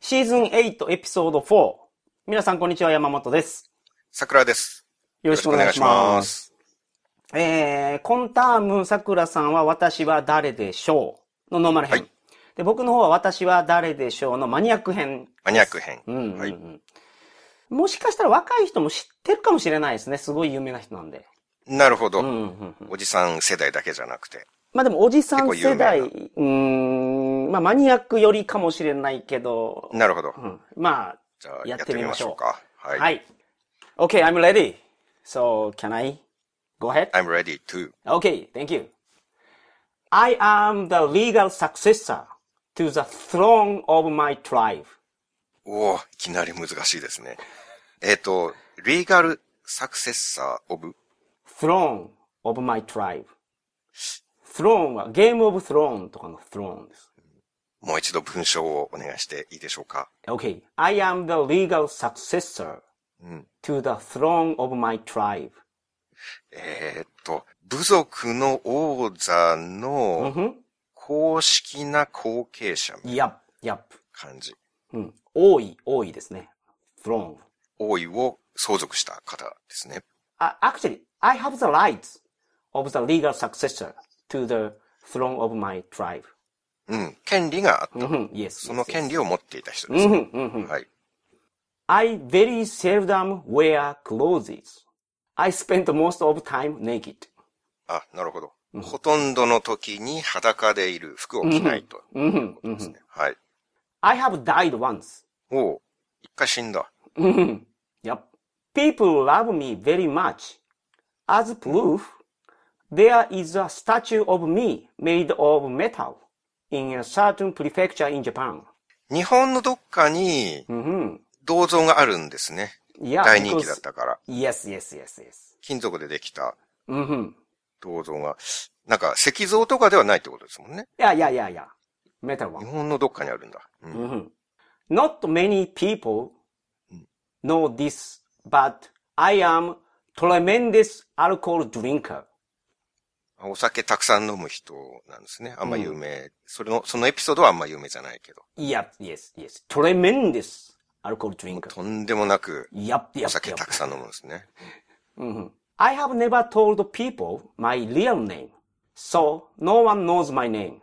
シーズン8エピソード4。皆さんこんにちは、山本です。桜です。よろしくお願いします。す。えー、今ターム桜さんは私は誰でしょうのノーマル編。はいで、僕の方は私は誰でしょうのマニアック編。マニアック編。うんうんうん、はい。もしかしたら若い人も知ってるかもしれないですね。すごい有名な人なんで。なるうんほうど。んうんうんおじさん世代だけじゃなくて。まあでもおじさん結構世有名な代、うーん、まあマニアックよりかもしれないけど、なるほどう。ん、まあ、じゃあ、ややっっててみみままししょうょうか。は。はいい。Okay, I'm ready. So, can I go ahead? I'm ready to. Okay, thank you. I am the legal successor to the throne of my tribe. おお、いきなり難しいですね。えっと、リーガルサクセッサーオブ throne of my tribe. throne はゲームオブスローンとかの throne です。もう一度文章をお願いしていいでしょうか。 Okay, I am the legal successor うん。 to the throne of my tribe. えっと、部族の王座の Mm-hmm. 公式な後継者みたい Yep, yep. な感じ。うん。多い、多いですね。throne. 王位を相続した方ですね。 Uh, actually, I have the rights of the legal successor to the throne of my tribe. うん。権利があった。 Mhm, yes. その yes, yes. 権利を持っていた人です。 Mhm, mhm. はい。 I very seldom wear clothes. I spend most of time naked. あ、なるほど。ほとんどの時に裸でいる服を着ないと。 Mhm, です mhm. ね。はい。 I have died once. おう一回死んだ。 Mhm, Yep. People love me very much. As proof, there is a statue of me made of metal in a certain prefecture in Japan. 日本のどっかに Mhm. 銅像があるんですね。 Yeah, 大人気 because- だったから。 Yes, yes, yes, yes. 金属でできた Mm-hmm. 銅像が。なんか石像とかではないってことですもんね。 Yeah, yeah, yeah, yeah. Metal 日 one. 本のどっかにあるんだ。うん。 Mhm. Not many people know this, but I am tremendous alcohol drinker. お酒たくさん飲む人なんですね。あんま有名。それの、そのエピソードはあんま有名じゃないけど。 Yep, yes, yes. Tremendous alcohol drinker. とんでもなく Yep, お yep, 酒 yep. たくさん飲むんですね。 Mhm. I have never told people my real name, so no one knows my name.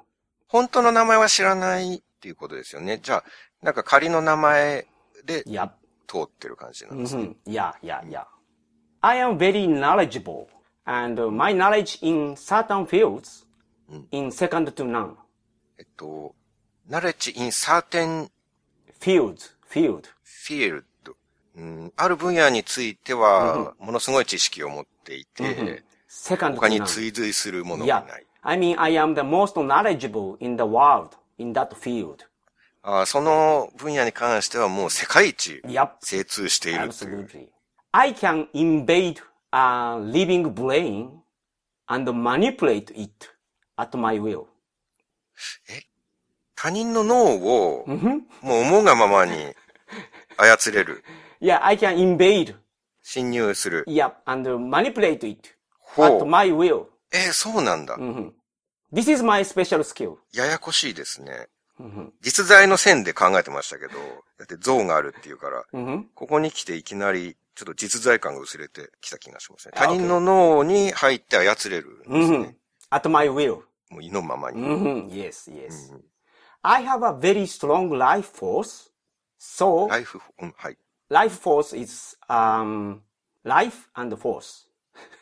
本当の名前は知らないっていうことですよね。じゃあ、なんか仮の名前で Yep. 通ってる感じなんですね。 Mhm. Yeah, yeah, yeah. I am very knowledgeable, and uh, my knowledge in certain fields in second to none. えっと、knowledge in certain Fields, field. field、うん。ある分野については、ものすごい知識を持っていて、 Second 他 to に none. 追随するものが Yeah. ない。 I mean, I am the most knowledgeable in the world in that field. あーその分野に関してはもう世界一 Yep. 精通しているという。 Absolutely. I can invade a living brain and manipulate it at my will. 他人の脳を、 Mhm. もう思うがままに操れる、 Yeah, I can invade. 侵入する。 Yep. And manipulate it ほ at う。 my will. えーそうなんだ。 Mhm. This is my special skill. ややこしいですね。 Mhm. 実在の線で考えてましたけど、だって像があるっていうから、 Mhm. ここに来ていきなり、ちょっと実在感が薄れてきた気がしますね。他人の脳に入って操れるんですね。 Mhm. At my will. もう意のままに。 Mhm. Yes, yes. I have a very strong life force. So ライフ、うん、はい。 life force is um, life and force.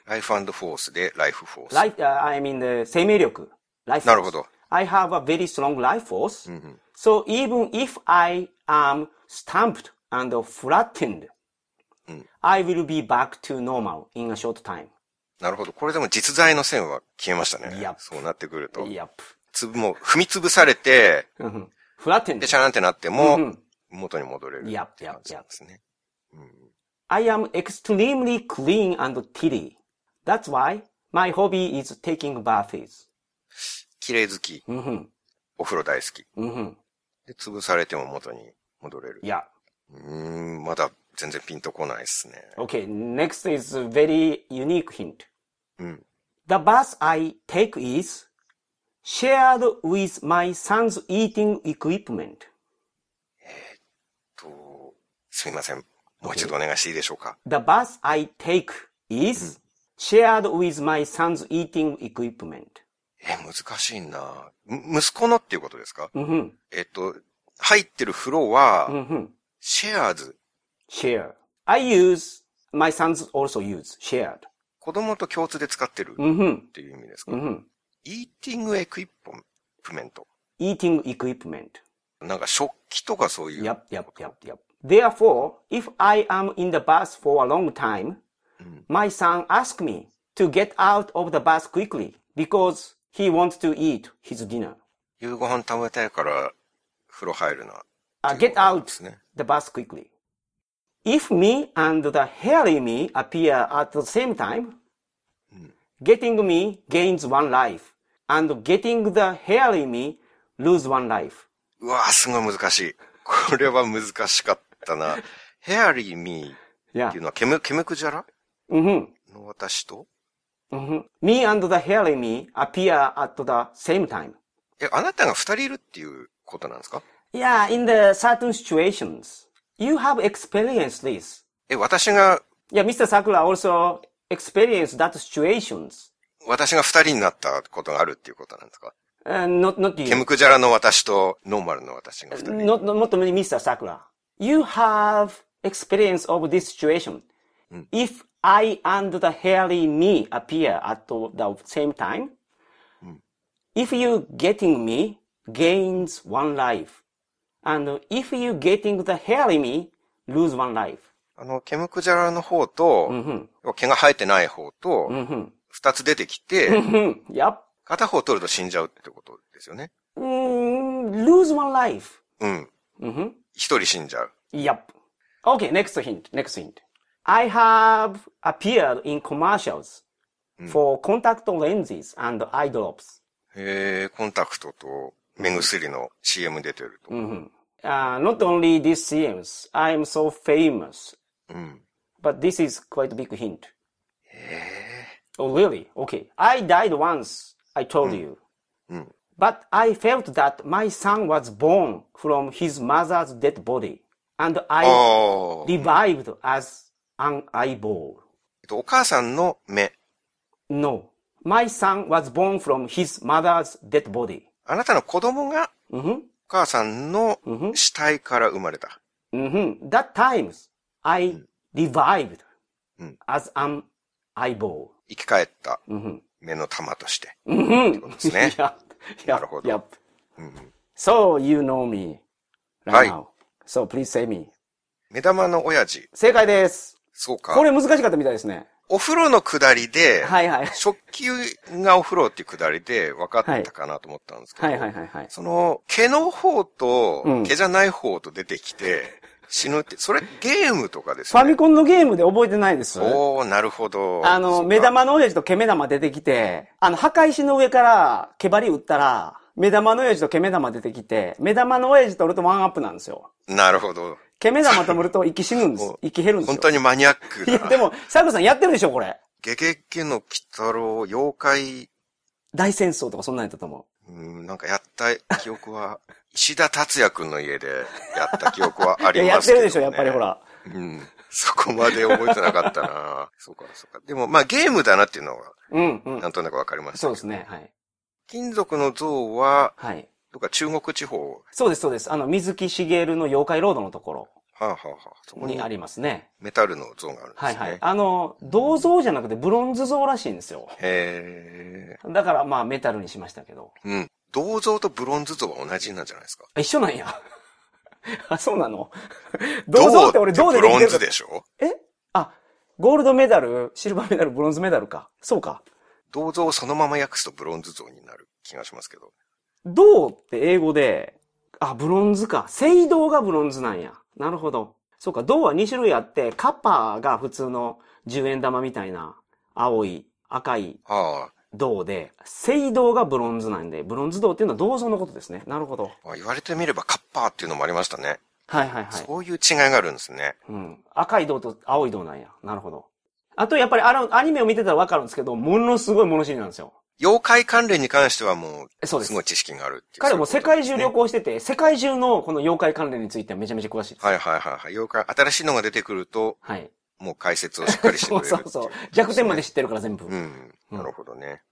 ライフフォースでライフフォース。 Life, uh, I mean, the 生命力. Life なるほ force. ど。 I have a very strong life force. So even if I am stamped and flattened, I will be back to normal in a short time. なるほど。これでも実在の線は消えましたいやね。そうなってくると。 Yep. つぶもう踏みつぶされて、 Mhm. flattened. で、シャーンってなってうもん、元に戻れる。 Yep, っていう yep, 感じなん yep. ですね。 I am extremely clean and tidy. That's why my hobby is taking baths. 綺麗好き、 hmm お風呂大好き。 hmm で、潰されても元に戻れる。 Yeah. うーん、まだ全然ピンとこないですね。 Okay, next is a very unique hint. うん。 The bath I take is shared with my son's eating equipment. と、すみません。もう一度お願いしていいでしょうか。 The bus I take is shared with my son's eating equipment. え、難しいな。む息子のっていうことですか Mhm, えっと、入ってる風呂は、 mhm. シェアーズ。 Share. I use, my sons also use, shared. 子供と共通で使ってるっ Mhm, ていう意味ですか、 mhm. イーティングエクイプメント。 Eating equipment. なんか食器とかそういう。 Yep, yep, yep, yep. Therefore, if I am in the bus for a long time, my son asks me to get out of the bus quickly because he wants to eat his dinner. 夕ご飯食べたいから、風呂入るな。 Uh, get で out すね。 the bus quickly. If me and the hairy me appear at the same time, Mm. getting me gains one life, and getting the hairy me lose one life. うわぁ、すごい難しい。これは難しかった な。ヘアリーミーっ Yeah. ていうのは、ケム、ケムクジャラ Mm-hmm. の私と hmm Me and the hairy me appear at the same time. え、あなたが二人いるっていうことなんですか Yeah, in the certain situations, you have experienced this. え、私が、 Yeah, Mr. Sakura also experienced that situations. 私が二人になったことがあるっていうことなんですか Uh, not not you. ケムクジャラの私とノーマルの私が二人。 not, not, not only Mr. Sakura. You have experience of this situation. If I and the hairy me appear at the same time, if you getting me gains one life, and if you getting the hairy me lose one life. あの、ケムクジャラの方と、毛が生えてない方と、二つ出てきて、 Mhm, yep. 片方取ると死んじゃうってことですよね。 Mm, lose one life. うん。一人死んじゃう。 Yep. Okay, next hint. Next hint. I have appeared in commercials for contact lenses and eye drops. えー、コンタクトと目薬の CM 出てると。 Uh, not only these CMs, I am so famous. Mm. But this is quite a big hint. Oh, really? Okay. I died once, I told you. But I felt that my son was born from his mother's dead body, and I Oh. ああ。 revived as an eyeball. えっとお母さんの目。 No. My son was born from his mother's dead body. あなたの子供がお母さんの死体から生まれた。 hmm That times I revived as an eyeball. 生き返った目の玉として。ってことですね。 yep. Yep. なるほど。 Yep. So you know me right はい。 now. So please say me. 目玉の親父。正解です。そうかこ。れ難しかったみたいですね。お風呂の下りで、はい はい。食器がお風呂っていう下りで分かったかなと思ったんですけど、はいはいはいはい。その毛の方とうん毛じゃない方と出てきて 死ぬって、それゲームとかですファね。ミコンのゲームで覚えてないです。おー、なるほど。あの、目玉の親父と毛目玉出てきて、あの、墓石の上から毛針打ったら、目玉の親父と毛目玉出てきて、目玉の親父取るとワンアップなんですよ。なるほど。毛目玉取ると息死ぬんで す。息減るんですよ。本当にマニアックいや、でな。も、サクさんやってるでしょ、これ。ゲゲゲの鬼太郎、妖怪、大戦争とかそんなんやったと思うん、なんかやった記 憶は、石田達也くんの家でやった記憶はう。あいや、りやまっすてけど、るね。でしょ、やっぱりほ。ら。うん。そこまで覚えてなかった なそうか、そうか。でも、まあゲームだなっていうのは、うん、うんな。んとなくわかりました。そうですね、はい。金属の像は、はい。とか中国地方、そうです、そうです。あの、水木しげるの妖怪ロードのところはあ、はあはあ、そこににありますね。メタルの像があるんですね。はい、はい。あの、銅像じゃなくてブロンズ像らしいんですよ。へだから、まあ、メタルにしましたけど。え。うん。銅像とブロンズ像は同じなんじゃないですか。あ一緒なんや。 あ、そうなの 銅像って俺銅ででブきロてンるかズでしょえあ、ゴールドメダル、シルバーメダル、ブロンズメダルか。そうか。銅像をそのまま訳すとブロンズ像になる気がしますけど。銅って英語で、あ、ブロンズか。青銅がブロンズなんや。なるほど。そうか、銅は2種類あって、カッパーが普通の10円玉みたいな青い、赤いは銅で、青銅がブロンズなんで、ブロンズ銅っていうのは銅像のことですね。なるほど。ああ、言われてみればカッパーっていうのもありましたね。はいはいはい。そういう違いがあるんですね。うん。赤い銅と青い銅なんや。なるほど。あと、やっぱりあの、アニメを見てたらわかるんですけど、ものすごい物知りなんですよ。妖怪関連に関してはもそうう、ですすごい。知識があるっていう彼も世界中旅。そういうこ行してて、世界中のこの妖怪関連についてはめちゃめちゃ詳しいです。とですねはいはいはいはい。妖怪、新しいのが出てくると、はい。もう解説をしっかりしてくそれう る。そうそう。弱点まで。知ってるから全部。うん。なるほどね。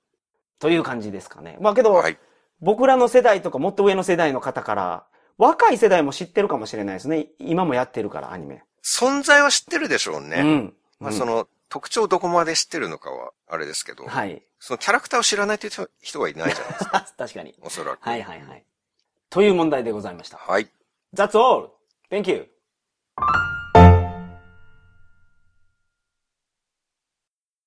という感じですかね。まあけど、はい。僕らの世代とかもっと上の世代の方から、若い世代も知ってるかもしれないですね。今もやってるから、アニメ。存在は知ってるでしょうね。うん。まあ、うんそ、の、特徴をどこまで知ってるのかは、あれですけど、はい。 そのキャラクターを知らないという人人はいないじゃないですか、確かに。おそらく。はいはいはい。という問題でございました。はい。 That's all! Thank you!